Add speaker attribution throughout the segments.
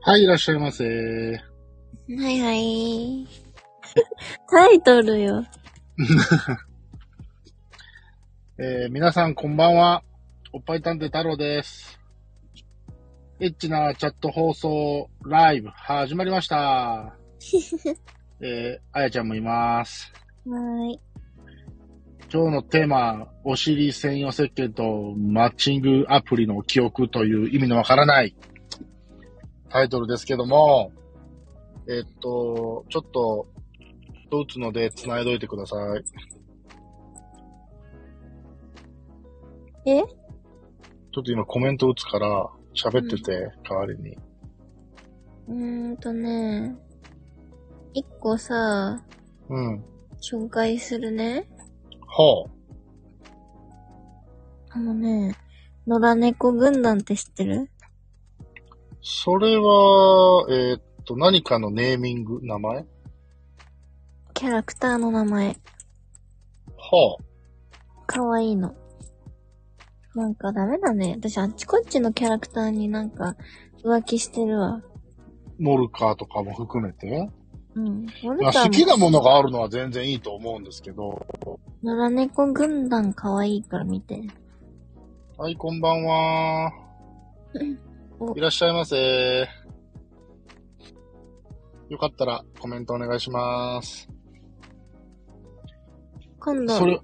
Speaker 1: はい、いらっしゃいませ。
Speaker 2: はいはい。 タイトルよ。
Speaker 1: えー、皆さんこんばんは。おっぱい探偵太郎です。エッチなチャット放送ライブ始まりました。えー、あやちゃんもいます。
Speaker 2: はーい。
Speaker 1: 今日のテーマ、お尻専用石鹸とマッチングアプリの記憶という意味のわからないタイトルですけども、えっと、ちょっと、打つので繋いどいてください。ち
Speaker 2: え
Speaker 1: ょっと今コメント打つから、喋ってて、代わりに。
Speaker 2: うーんとね、一個さ、
Speaker 1: うん。
Speaker 2: 紹介するね。
Speaker 1: ほう。
Speaker 2: あのね、野良猫軍団って知ってる
Speaker 1: それは、えーっと、何かのネーミング、名前
Speaker 2: キャラクターの名前。
Speaker 1: ほう。
Speaker 2: かわいいの。なんかダメだね。私あっちこっちのキャラクターになんか浮気してるわ。
Speaker 1: モルカーとかも含めて。
Speaker 2: うん。
Speaker 1: まあ好きなものがあるのは全然いいと思うんですけど。
Speaker 2: 野良猫軍団かわいいから見て。
Speaker 1: はい、こんばんは
Speaker 2: お。
Speaker 1: いらっしゃいませ。よかったらコメントお願いします。
Speaker 2: 今度、
Speaker 1: そ
Speaker 2: ツ
Speaker 1: れ、
Speaker 2: イ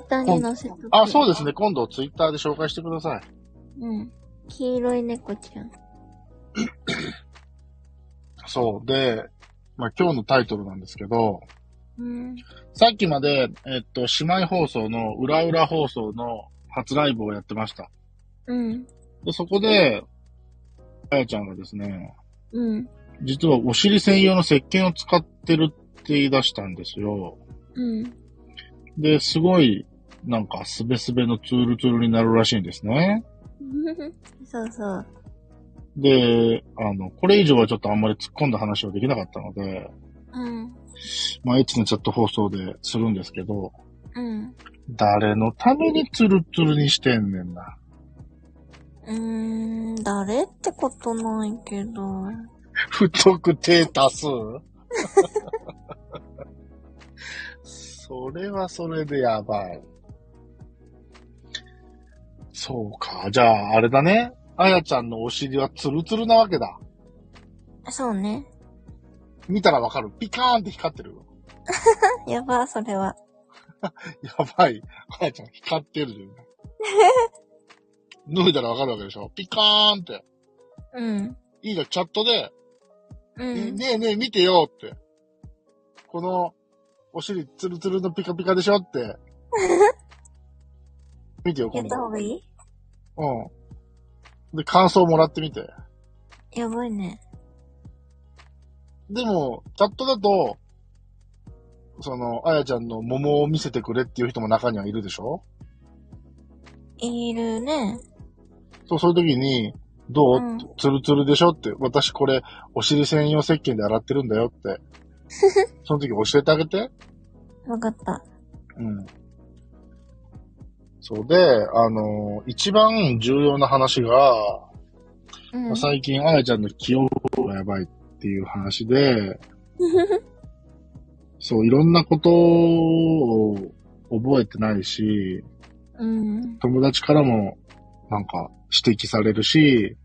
Speaker 2: ッターに載せとく。
Speaker 1: あ、そうですね。今度ツイッターで紹介してください。
Speaker 2: うん。黄色い猫ちゃん。
Speaker 1: そう。で、まあ今日のタイトルなんですけど、
Speaker 2: うん。
Speaker 1: さっきまで、えっと、姉妹放送の裏裏放送の初ライブをやってました。
Speaker 2: うん。
Speaker 1: で、そこで、あやちゃんがですね、
Speaker 2: うん。
Speaker 1: 実はお尻専用の石鹸を使ってるって言い出したんですよ。
Speaker 2: うん。
Speaker 1: で、すごい、なんか、すべすべのツールツールになるらしいんですね。
Speaker 2: そうそう。
Speaker 1: で、あの、これ以上はちょっとあんまり突っ込んだ話はできなかったので、
Speaker 2: うん。
Speaker 1: まあ、エッチなチャット放送でするんですけど、
Speaker 2: うん。
Speaker 1: 誰のためにツルツルにしてんねんな。
Speaker 2: うーん、誰ってことないけど。
Speaker 1: 不特定多数 それはそれでやばい。そうか。じゃあ、あれだね。あやちゃんのお尻はツルツルなわけだ。
Speaker 2: そうね。
Speaker 1: 見たらわかる。ピカーンって光ってる。
Speaker 2: やば、それは。
Speaker 1: やばい。あやちゃん光ってるじゃん。脱いだらわかるわけでしょ。ピカーンって。
Speaker 2: うん。
Speaker 1: いいじゃん、チャットで。
Speaker 2: う
Speaker 1: え
Speaker 2: ん。
Speaker 1: ねえねえ、見てよって。この、お尻ツルツルのピカピカでしょ って。見てよ、
Speaker 2: や
Speaker 1: 今
Speaker 2: った方
Speaker 1: 度。
Speaker 2: がいい
Speaker 1: うん。で、感想もらってみて。
Speaker 2: やばいね。
Speaker 1: でも、チャットだと、その、あやちゃんの桃を見せてくれっていう人も中にはいるでしょ
Speaker 2: いるね。
Speaker 1: そう、そういう時に、どう、
Speaker 2: うん
Speaker 1: ツルツルでしょって。私これ、お尻専用石鹸で洗ってるんだよ って。その時教えてあげて。
Speaker 2: わかった。
Speaker 1: うん。そうで、あの、一番重要な話が、
Speaker 2: うん。
Speaker 1: 最近、あやちゃんの記憶がやばいっていう話で、そう、いろんなことを覚えてないし、
Speaker 2: うん。
Speaker 1: 友達からも、なんか、指摘されるし、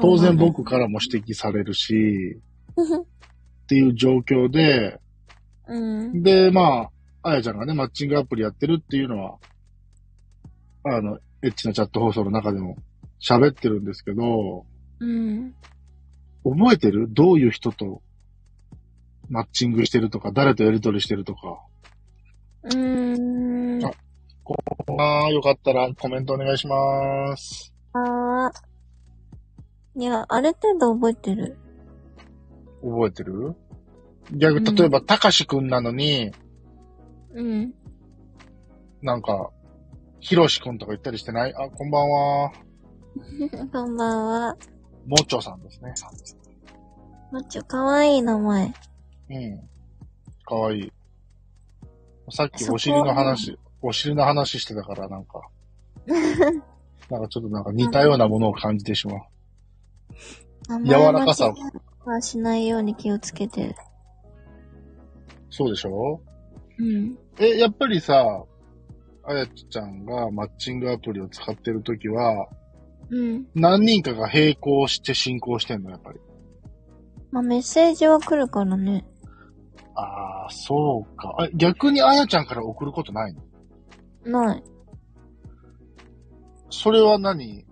Speaker 1: 当然僕からも指摘される し、っていう状況で、
Speaker 2: うん。
Speaker 1: で、まあ、あやちゃんがね、マッチングアプリやってるっていうのは、あの、エッチなチャット放送の中でも喋ってるんですけど、
Speaker 2: うん。
Speaker 1: 覚えてるどういう人とマッチングしてるとか、誰とやりとりしてるとか。
Speaker 2: うん。
Speaker 1: あああ、よかったらコメントお願いします。
Speaker 2: あー。いや、ある程度覚えてる。
Speaker 1: 覚えてる逆、
Speaker 2: うん
Speaker 1: 例えば、たかしくんなのに、
Speaker 2: うん。
Speaker 1: なんか、ひろしくんとか言ったりしてないあ、こんばんは。
Speaker 2: こんばんは。
Speaker 1: もちょさんですね。
Speaker 2: もちょ、かわいい名前。
Speaker 1: うん。かわいい。さっきお尻の話、お尻の話してたからなんか、なんかちょっとなんか似たようなものを感じてしまう。
Speaker 2: 名
Speaker 1: 柔らかさを
Speaker 2: 間違いはしないように気をつけてる。
Speaker 1: そうでしょ
Speaker 2: うん。
Speaker 1: え、やっぱりさ、あやちゃんがマッチングアプリを使ってるときは、
Speaker 2: うん。
Speaker 1: 何人かが並行して進行してんの、やっぱり。
Speaker 2: まあ、メッセージは来るからね。
Speaker 1: ああ、そうか。あ逆にあやちゃんから送ることないの
Speaker 2: ない。
Speaker 1: それは何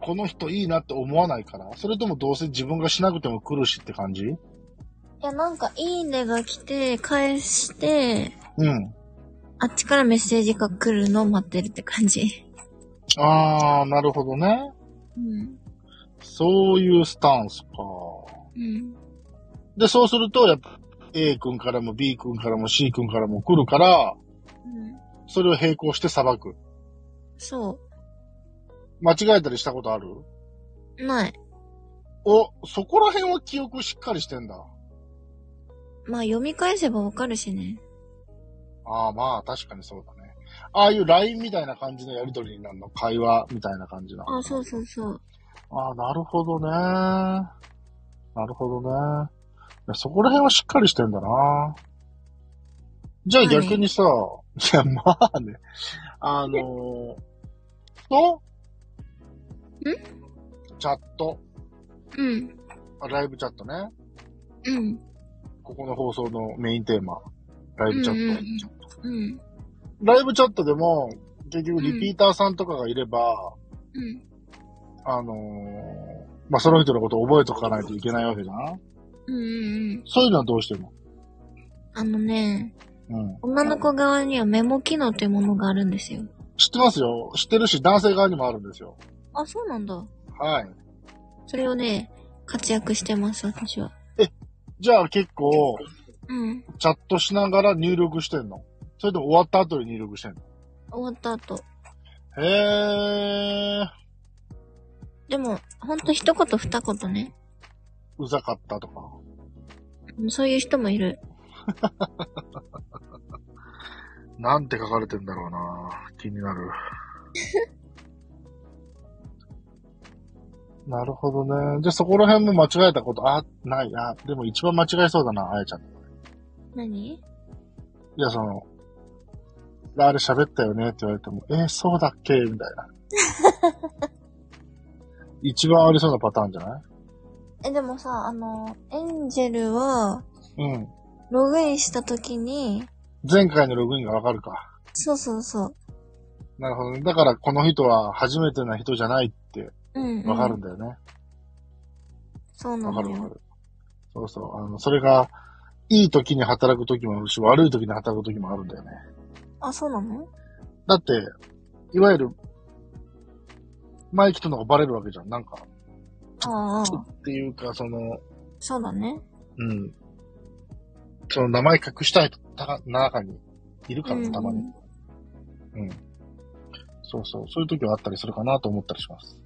Speaker 1: この人いいなって思わないからそれともどうせ自分がしなくても来るしって感じ
Speaker 2: いや、なんか、いいねが来て、返して、
Speaker 1: うん。
Speaker 2: あっちからメッセージが来るのを待ってるって感じ。
Speaker 1: ああ、なるほどね。
Speaker 2: うん。
Speaker 1: そういうスタンスか。
Speaker 2: うん。
Speaker 1: で、そうすると、やっぱ A 君からも B 君からも C 君からも来るから、
Speaker 2: うん。
Speaker 1: それを並行して裁く。
Speaker 2: そ
Speaker 1: 間違えたりしたことある
Speaker 2: う。ない。
Speaker 1: お、そこら辺は記憶しっかりしてんだ。
Speaker 2: まあ、読み返せばわかるしね。
Speaker 1: ああ、まあ、確かにそうだね。ああいう LINE みたいな感じのやりとりになるの会話みたいな感じな。
Speaker 2: あ、そうそうそう。
Speaker 1: ああ、なるほどね。なるほどね。いやそこら辺はしっかりしてんだな。じゃあ
Speaker 2: まあね
Speaker 1: 逆にさ、いや、まあね。あのー、とチャット。
Speaker 2: うん。
Speaker 1: あライブチャットね。
Speaker 2: うん。
Speaker 1: ここの放送のメインテーマ。ライブチャット。
Speaker 2: うん。うん。
Speaker 1: ライブチャットでも、結局リピーターさんとかがいれば、
Speaker 2: うん。
Speaker 1: あのーまあ、その人のことを覚えておかないといけないわけじゃん
Speaker 2: うんうんうん。
Speaker 1: そういうのはどうしてるの
Speaker 2: あのね、
Speaker 1: うん。
Speaker 2: 女の子側にはメモ機能というものがあるんですよ。
Speaker 1: 知ってますよ。知ってるし、男性側にもあるんですよ。
Speaker 2: あ、そうなんだ。
Speaker 1: はい。
Speaker 2: それをね、活躍してます、私は。
Speaker 1: じゃあ結構、
Speaker 2: うん。
Speaker 1: チャットしながら入力してんのそれとも終わった後に入力してんの
Speaker 2: 終わった後。
Speaker 1: へー、
Speaker 2: でも、ほんと一言二言ね。
Speaker 1: うざかったとか。
Speaker 2: うんそういう人もいる。
Speaker 1: なんて書かれてんだろうな気になる。 なるほどね。じゃあそこら辺も間違えたこと、あ、ない、あ、でも一番間違えそうだな、あやちゃん。い
Speaker 2: 何
Speaker 1: や、その、あれ喋ったよねって言われても、えーそうだっけみたいな。一番ありそうなパターンじゃない
Speaker 2: え、でもさ、あの、エンジェルは、
Speaker 1: うん。
Speaker 2: ログインした時に、
Speaker 1: 前回のログインがわかるか。
Speaker 2: そうそうそう。
Speaker 1: なるほどね。だからこの人は初めてな人じゃないって
Speaker 2: うん、うん。
Speaker 1: わかるんだよね。
Speaker 2: そうな
Speaker 1: わかる
Speaker 2: の
Speaker 1: わか
Speaker 2: よ。
Speaker 1: る。そうそう。あの、それが、いい時に働く時もあるし、悪い時に働く時もあるんだよね。
Speaker 2: あ、そうなの
Speaker 1: だって、いわゆる、前来たのがバレるわけじゃん。なんか、
Speaker 2: ああ、
Speaker 1: っていうか、その、
Speaker 2: そうだね。
Speaker 1: うん。その名前隠したい人、た中に、いるから
Speaker 2: う
Speaker 1: ね、
Speaker 2: ん
Speaker 1: たまに。うん。そうそう。そういう時はあったりするかなと思ったりします。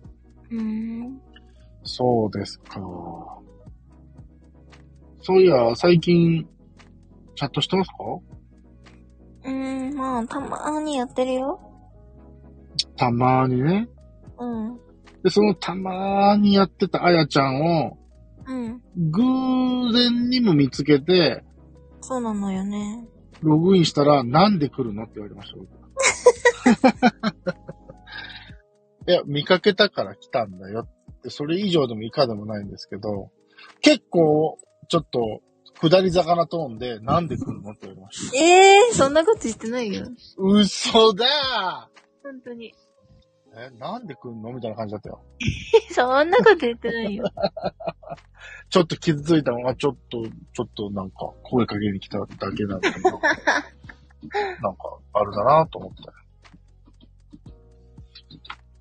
Speaker 2: うん。
Speaker 1: そうですか。そういや、最近、チャットしてますか
Speaker 2: うん、まあ、たまーにやってるよ。
Speaker 1: たまーにね。
Speaker 2: うん。
Speaker 1: で、そのたまーにやってたあやちゃんを、
Speaker 2: うん。
Speaker 1: 偶然にも見つけて、
Speaker 2: そうなのよね。
Speaker 1: ログインしたら、なんで来るのって言われました、僕 いや、見かけたから来たんだよって、それ以上でも以下でもないんですけど、結構、ちょっと、下り坂なトーンで、なんで来るのって言われました。
Speaker 2: ええー、そんなこと言ってないよ。
Speaker 1: 嘘だ
Speaker 2: 本当に。
Speaker 1: ーえ、なんで来るのみたいな感じだったよ。
Speaker 2: そんなこと言ってないよ。
Speaker 1: ちょっと傷ついたのが、ちょっと、ちょっとなんか、声かけに来ただけなんだけど、なんか、あれだなと思って。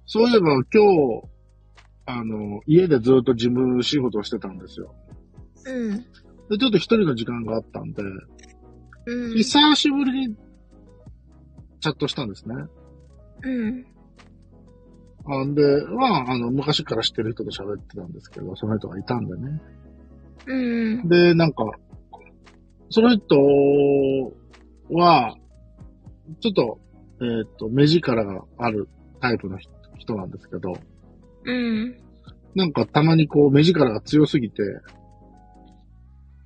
Speaker 1: そういえば今日、あの、家でずっと事務仕事をしてたんですよ。
Speaker 2: うん。
Speaker 1: で、ちょっと一人の時間があったんで、
Speaker 2: うん。
Speaker 1: 久しぶりにチャットしたんですね。
Speaker 2: うん。
Speaker 1: あんで、まあ、あの、昔から知ってる人と喋ってたんですけど、その人がいたんでね。
Speaker 2: うん。
Speaker 1: で、なんか、その人は、ちょっと、えーっ、と、目力があるタイプの人人なんですけど、
Speaker 2: うん。
Speaker 1: なんかたまにこう目力が強すぎて、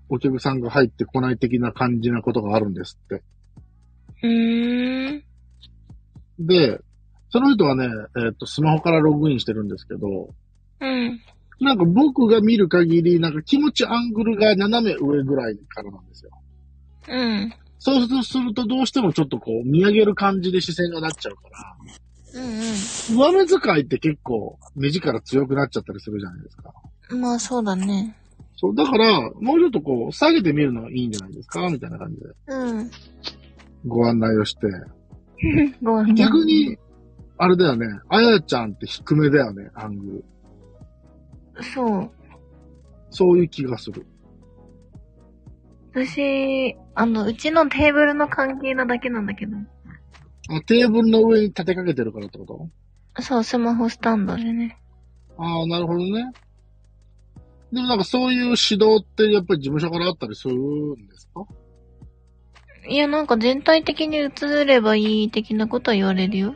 Speaker 1: お客さんが入ってこない的な感じなことがあるんですって。
Speaker 2: うーん。
Speaker 1: で、その人はね、えっ、と、スマホからログインしてるんですけど、
Speaker 2: うん。
Speaker 1: なんか僕が見る限り、なんか気持ちアングルが斜め上ぐらいからなんですよ。
Speaker 2: うん。
Speaker 1: そうするとどうしてもちょっとこう見上げる感じで視線がなっちゃうから、
Speaker 2: うん
Speaker 1: 上目遣いって結構目力強くなっちゃったりするじゃないですか。
Speaker 2: うん。まあそうだね。
Speaker 1: そう、だから、もうちょっとこう下げてみるのがいいんじゃないですかみたいな感じで
Speaker 2: うん。
Speaker 1: ご案内をして。
Speaker 2: ごめんね
Speaker 1: 逆。に、あれだよね、あやちゃんって低めだよね、アングル。
Speaker 2: そう。
Speaker 1: そういう気がする。
Speaker 2: 私、あの、うちのテーブルの関係なだけなんだけど。
Speaker 1: あテーブルの上に立てかけてるからってこと
Speaker 2: そう、スマホスタンドでね。
Speaker 1: ああ、なるほどね。でもなんかそういう指導ってやっぱり事務所からあったりするんですか
Speaker 2: いや、なんか全体的に映ればいい的なことは言われるよ。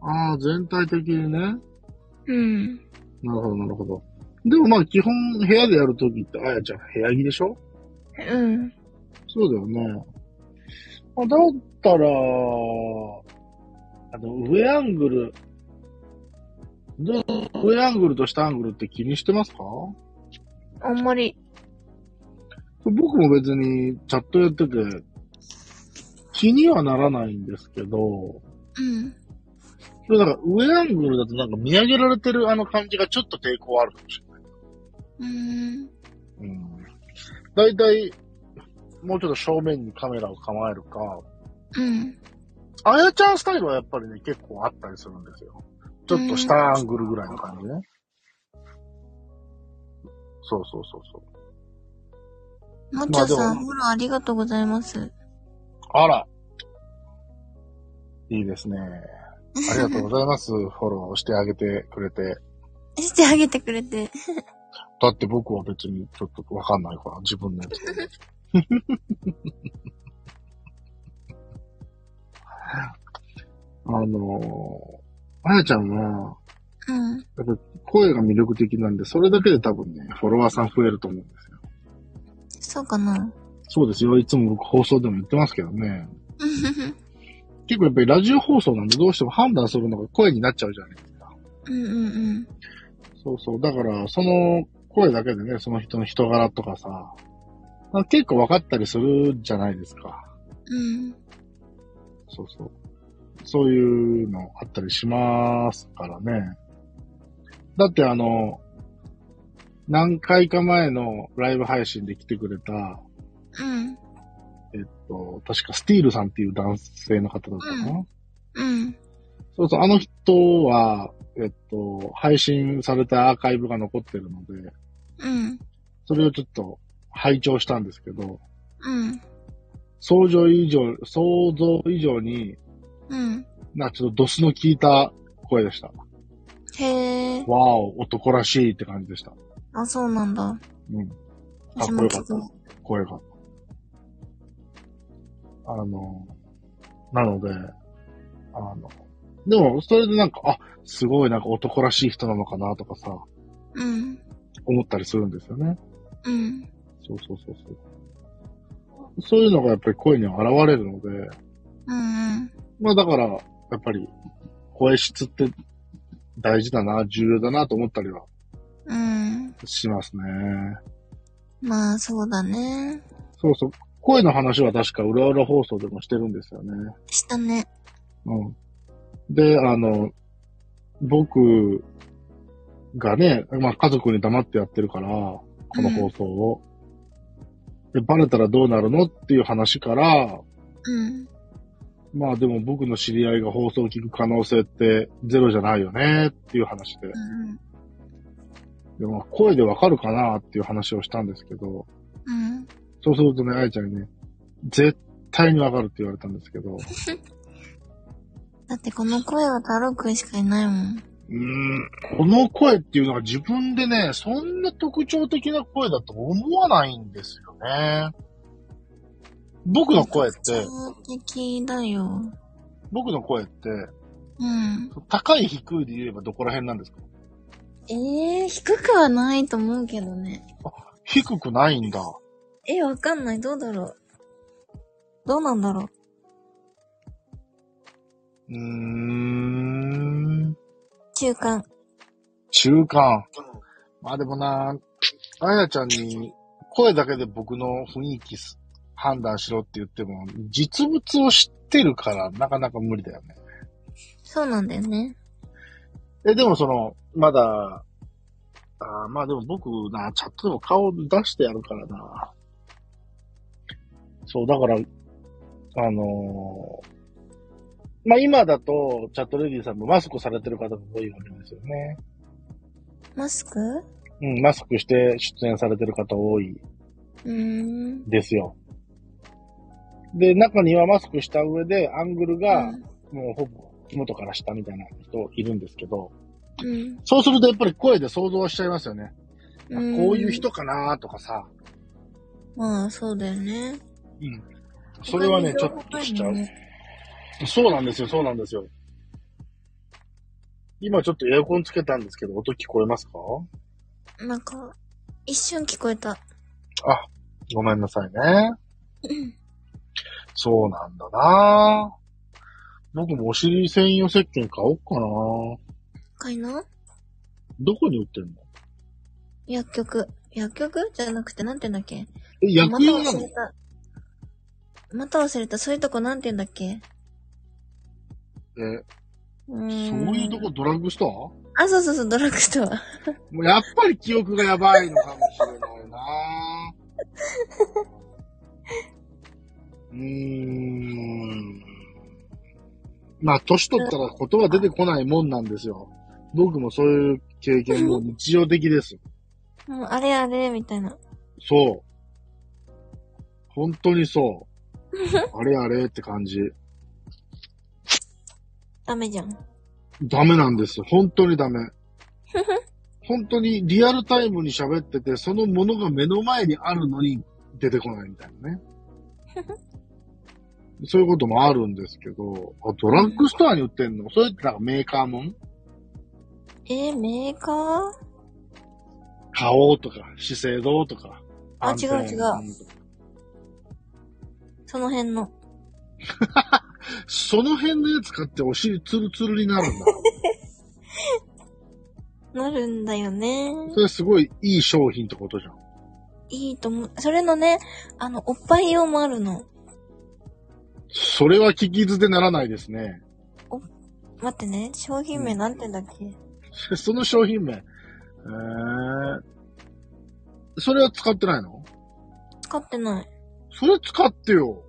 Speaker 1: ああ、全体的にね。
Speaker 2: うん。
Speaker 1: なるほど、なるほど。でもまあ基本部屋でやるときって、あやちゃん部屋着でしょ
Speaker 2: うん。
Speaker 1: そうだよね。あだったら、あの、上アングル、どう上アングルと下アングルって気にしてますか
Speaker 2: あんまり。
Speaker 1: 僕も別にチャットやってて、気にはならないんですけど、
Speaker 2: うん。
Speaker 1: でもなんか上アングルだとなんか見上げられてるあの感じがちょっと抵抗あるかもしれ
Speaker 2: うん。
Speaker 1: ない。うん。だいたい、もうちょっと正面にカメラを構えるか、
Speaker 2: うん。
Speaker 1: あやちゃんスタイルはやっぱりね、結構あったりするんですよ。ちょっと下アングルぐらいの感じね。そうそうそうそう。
Speaker 2: もっちゃん
Speaker 1: ま
Speaker 2: さ
Speaker 1: あ
Speaker 2: ん、
Speaker 1: でも
Speaker 2: ほら、ありがとうございます。
Speaker 1: あら。いいですね。ありがとうございます。フォローしてあげてくれて。
Speaker 2: してあげてくれて。
Speaker 1: だって僕は別にちょっとわかんないから、自分のやつ。あのー、あやちゃんは、
Speaker 2: うん。
Speaker 1: やっぱ声が魅力的なんで、それだけで多分ね、フォロワーさん増えると思うんですよ。
Speaker 2: そうかな。
Speaker 1: そうですよ。いつも僕放送でも言ってますけどね。結構やっぱりラジオ放送なんでどうしても判断するのが声になっちゃうじゃないですか。
Speaker 2: うんうんうん。
Speaker 1: そうそう。だから、その声だけでね、その人の人柄とかさ、なんか結構分かったりするじゃないですか。
Speaker 2: うん。
Speaker 1: そうそう。そういうのあったりしますからね。だってあの、何回か前のライブ配信で来てくれた、
Speaker 2: うん。
Speaker 1: えっと、確かスティールさんっていう男性の方だったかな、
Speaker 2: うん。
Speaker 1: そうそう、あの人は、えっと、配信されたアーカイブが残ってるので、
Speaker 2: うん。
Speaker 1: それをちょっと拝聴したんですけど、
Speaker 2: うん。
Speaker 1: 想像以上、想像以上に、
Speaker 2: うん。
Speaker 1: なんかちょっとドスの効いた声でした。
Speaker 2: へえ。
Speaker 1: わお、男らしいって感じでした。
Speaker 2: あ、そうなんだ。
Speaker 1: うん。かっ
Speaker 2: 私
Speaker 1: こ
Speaker 2: も
Speaker 1: よ
Speaker 2: ち
Speaker 1: か
Speaker 2: ょ
Speaker 1: っ
Speaker 2: っと
Speaker 1: た。声が。あの、なので、あの、でも、それでなんか、あ、すごいなんか男らしい人なのかなとかさ、
Speaker 2: うん。
Speaker 1: 思ったりするんですよね。
Speaker 2: うん。
Speaker 1: そうそうそうそう。そういうのがやっぱり声には現れるので、
Speaker 2: うんうん。
Speaker 1: まあだから、やっぱり、声質って大事だな、重要だなと思ったりは
Speaker 2: うん。
Speaker 1: しますね。
Speaker 2: まあ、そうだね。
Speaker 1: そうそう。声の話は確か裏裏放送でもしてるんですよね。
Speaker 2: したね。
Speaker 1: うん。で、あの、僕がね、まあ家族に黙ってやってるから、この放送を。で、バレたらどうなるのっていう話から、
Speaker 2: うん。
Speaker 1: まあでも僕の知り合いが放送を聞く可能性ってゼロじゃないよねっていう話で。
Speaker 2: うん。
Speaker 1: でも声でわかるかなっていう話をしたんですけど、
Speaker 2: うん。
Speaker 1: そうするとね、あいちゃんにね、絶対にわかるって言われたんですけど、
Speaker 2: だってこの声は太郎くんしかいないもん。
Speaker 1: うーんこの声っていうのは自分でね、そんな特徴的な声だと思わないんですよね。僕の声って、
Speaker 2: 超敵だよ。
Speaker 1: 僕の声って、
Speaker 2: うん。
Speaker 1: 高い低いで言えばどこら辺なんですか
Speaker 2: ええー、低くはないと思うけどね。
Speaker 1: 低くないんだ。
Speaker 2: え、わかんない。どうだろう。どうなんだろう。
Speaker 1: うーん。
Speaker 2: 中間。
Speaker 1: 中間。まあでもな、あやちゃんに声だけで僕の雰囲気す判断しろって言っても、実物を知ってるからなかなか無理だよね。
Speaker 2: そうなんだよね。
Speaker 1: え、でもその、まだ、あーまあでも僕な、チャットでも顔出してやるからな。そう、だから、あのーまあ今だと、チャットレディさんもマスクされてる方が多いわけですよね。
Speaker 2: マスク
Speaker 1: うん、マスクして出演されてる方多いう
Speaker 2: ーん。
Speaker 1: ですよ。で、中にはマスクした上で、アングルが
Speaker 2: う、ん
Speaker 1: もうほぼ、元から下みたいな人いるんですけど、
Speaker 2: うん。
Speaker 1: そうするとやっぱり声で想像はしちゃいますよね。あ
Speaker 2: うん
Speaker 1: こういう人かなとかさ、
Speaker 2: まあ、そうだよね。
Speaker 1: うん。それはね、ちょっ
Speaker 2: 他に情報
Speaker 1: と
Speaker 2: ない
Speaker 1: しちゃ
Speaker 2: も
Speaker 1: う。
Speaker 2: んね
Speaker 1: そうなんですよ、そうなんですよ。今ちょっとエアコンつけたんですけど、音聞こえますか
Speaker 2: なんか、一瞬聞こえた。
Speaker 1: あ、ごめんなさいね。そうなんだな僕もお尻専用石鹸買おうかな
Speaker 2: かいな
Speaker 1: どこに売ってんの
Speaker 2: 薬局。薬局じゃなくて、なんて言うんだっけ
Speaker 1: え、
Speaker 2: ま
Speaker 1: 薬
Speaker 2: た
Speaker 1: 用な
Speaker 2: 忘
Speaker 1: の
Speaker 2: れた。また忘れた。そういうとこなんて言うんだっけ
Speaker 1: え、
Speaker 2: うーん
Speaker 1: そういうとこドラッグスト
Speaker 2: あ、そうそうそう、ドラッグストア。
Speaker 1: アもうやっぱり記憶がやばいのかもしれないなうーん。まあ、年取ったら言葉出てこないもんなんですよ。僕もそういう経験も日常的です。
Speaker 2: うん、あれあれ、みたいな。
Speaker 1: そう。本当にそう。あれあれって感じ。
Speaker 2: ダメじゃん。
Speaker 1: ダメなんです。本当にダメ。本当にリアルタイムに喋ってて、そのものが目の前にあるのに出てこないみたいなね。そういうこともあるんですけど、あ、ドラッグストアに売ってんのそれってなんかメーカーもん
Speaker 2: えー、メーカー
Speaker 1: 買おうとか、資生堂とか。
Speaker 2: あ
Speaker 1: 安全
Speaker 2: 違う違うその辺の。
Speaker 1: その辺のやつ買ってお尻ツルツルになるんだ。
Speaker 2: なるんだよね。
Speaker 1: それすごいいい商品ってことじゃん。
Speaker 2: いいと思う。それのね、あの、おっぱい用もあるの。
Speaker 1: それは聞き捨てならないですね。
Speaker 2: 待ってね、商品名なんて言うんだっけ、
Speaker 1: その商品名。えー、それは使ってないの
Speaker 2: 使ってない。
Speaker 1: それ使ってよ。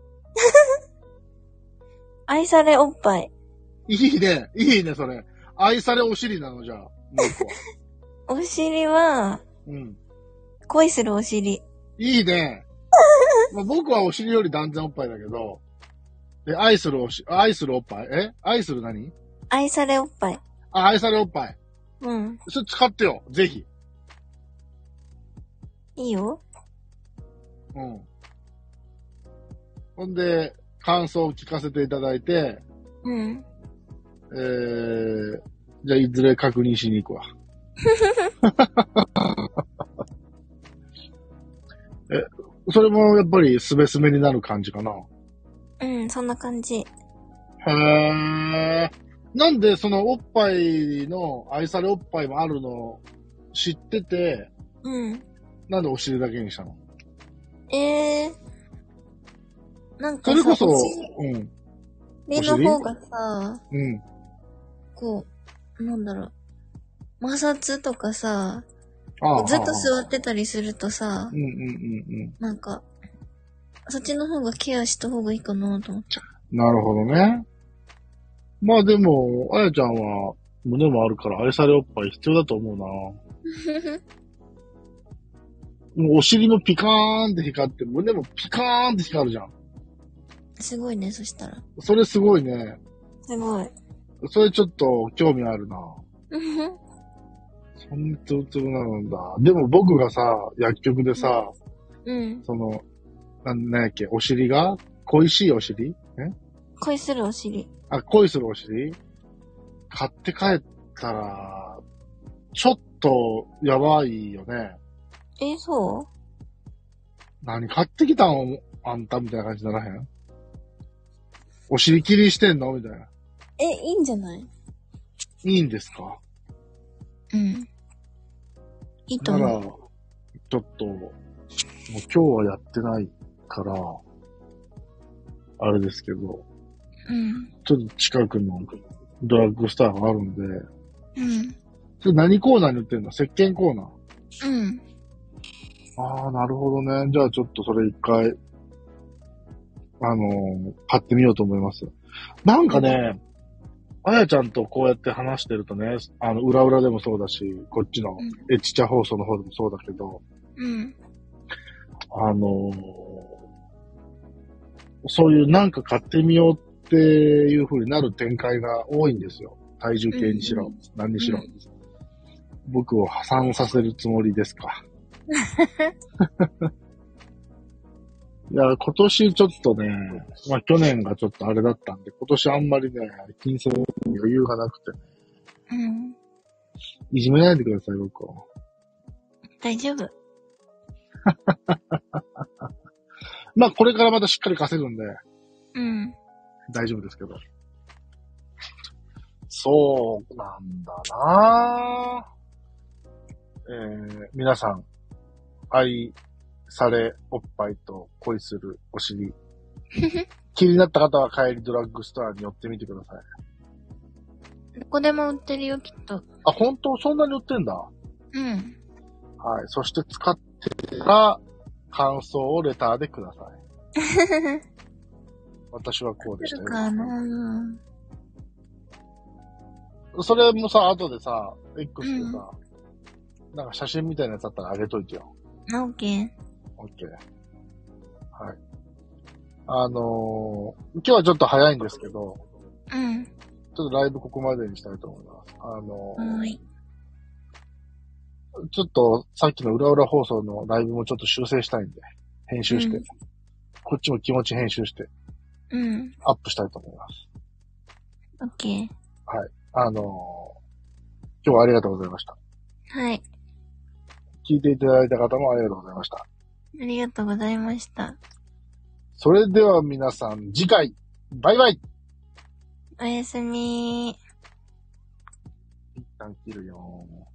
Speaker 2: 愛されおっぱい。
Speaker 1: いいね。いいね、それ。愛されお尻なの、じゃあ。もう一個は
Speaker 2: お尻は、
Speaker 1: うん。
Speaker 2: 恋するお尻。
Speaker 1: いいね。まあ、僕はお尻より断然おっぱいだけど、え、愛するおし、愛するおっぱいえ愛する何
Speaker 2: 愛されおっぱい。
Speaker 1: あ、愛されおっぱい。
Speaker 2: うん。
Speaker 1: それ使ってよ。ぜひ。
Speaker 2: いいよ。
Speaker 1: うん。ほんで、感想を聞かせていただいて、
Speaker 2: うん。
Speaker 1: えー、じゃあ、いずれ確認しに行くわ。 え、それもやっぱりスベスベになる感じかな。
Speaker 2: うん、そんな感じ。
Speaker 1: へー。なんで、そのおっぱいの、愛されおっぱいもあるのを知ってて、
Speaker 2: うん。
Speaker 1: なんでお尻だけにしたの
Speaker 2: ええー。なんか
Speaker 1: それ
Speaker 2: さ、
Speaker 1: こそ、
Speaker 2: お
Speaker 1: うん、
Speaker 2: 尻の方がさ、
Speaker 1: うん。
Speaker 2: こう、なんだろう。摩擦とかさ、
Speaker 1: ああ
Speaker 2: ずっと
Speaker 1: う。
Speaker 2: 座ってたりするとさ
Speaker 1: う、んうんうんうん。
Speaker 2: なんか、そっちの方がケアした方がいいかなと思 って。
Speaker 1: なるほどね。まあでも、あやちゃんは胸もあるから愛されおっぱい必要だと思うな。もうお尻もピカーンって光って、胸もピカーンって光るじゃん。
Speaker 2: すごいね、そしたら。
Speaker 1: それすごいね。
Speaker 2: すごい。
Speaker 1: それちょっと興味あるな。
Speaker 2: うん
Speaker 1: そんなツルツルなるんだ。でも僕がさ、薬局でさ、
Speaker 2: うん。
Speaker 1: その、なんなんやっけ、お尻が恋しいお尻ん
Speaker 2: 恋するお尻。
Speaker 1: あ、恋するお尻買って帰ったら、ちょっと、やばいよね。
Speaker 2: え、そ
Speaker 1: 何買ってきたんあんたみたいな感じにならへんお尻切りしてんのみたいな。
Speaker 2: うえ、いいんじゃない
Speaker 1: いいんですか
Speaker 2: うん。いいと
Speaker 1: なら、
Speaker 2: 思う。
Speaker 1: ちょっと、もう今日はやってないから、あれですけど、
Speaker 2: うん。
Speaker 1: ちょっと近くのドラッグストアがあるんで、
Speaker 2: うん。
Speaker 1: それ何コーナーに売ってんの石鹸コーナー。
Speaker 2: うん。
Speaker 1: ああ、なるほどね。じゃあちょっとそれ一回、あのー買ってみようと思います。なんかね、あやちゃんとこうやって話してるとね、あの、裏裏でもそうだし、こっちの
Speaker 2: うん
Speaker 1: エッチチャ放送の方でもそうだけど、
Speaker 2: うん。
Speaker 1: あのーそういうなんか買ってみようっていう風になる展開が多いんですよ。体重計にしろ、
Speaker 2: うんう
Speaker 1: 何にしろ、
Speaker 2: う
Speaker 1: 僕を破産させるつもりです か。いや、今年ちょっとね、まあ去年がちょっとあれだったんで、今年あんまりね、金銭に余裕がなくて、
Speaker 2: うん。
Speaker 1: いじめないでください、僕を。
Speaker 2: 大丈夫。
Speaker 1: まあこれからまたしっかり稼ぐんで、
Speaker 2: うん。
Speaker 1: 大丈夫ですけど。そうなんだなぁえー、皆さん、愛されおっぱいと恋するお尻。 気になった方は帰りドラッグストアに寄ってみてください。
Speaker 2: どこでも売ってるよ、きっと。
Speaker 1: あ、本当そんなに売ってんだ。は
Speaker 2: うん。
Speaker 1: い。そして使ってから感想をレターでください。私はこうでし
Speaker 2: 来
Speaker 1: た
Speaker 2: る
Speaker 1: よ。
Speaker 2: かな
Speaker 1: それもさ、後でさ、X でさ、なんか写真みたいなやつあったらあげといてよ。
Speaker 2: なおけん。
Speaker 1: オッケー。はい。あのー今日はちょっと早いんですけど、
Speaker 2: うん。
Speaker 1: ちょっとライブここまでにしたいと思います。あのー
Speaker 2: はい。
Speaker 1: ちょっとさっきの裏裏放送のライブもちょっと修正したいんで、編集して、
Speaker 2: うん
Speaker 1: こっちも気持ち編集して、
Speaker 2: うん。
Speaker 1: アップしたいと思います。
Speaker 2: オッケー。
Speaker 1: あのー今日はありがとうございました。
Speaker 2: はい。
Speaker 1: 聞いていただいた方もありがとうございました。
Speaker 2: ありがとうございました。
Speaker 1: それでは皆さん、次回、バイバイ
Speaker 2: おやすみ
Speaker 1: 一旦切るよー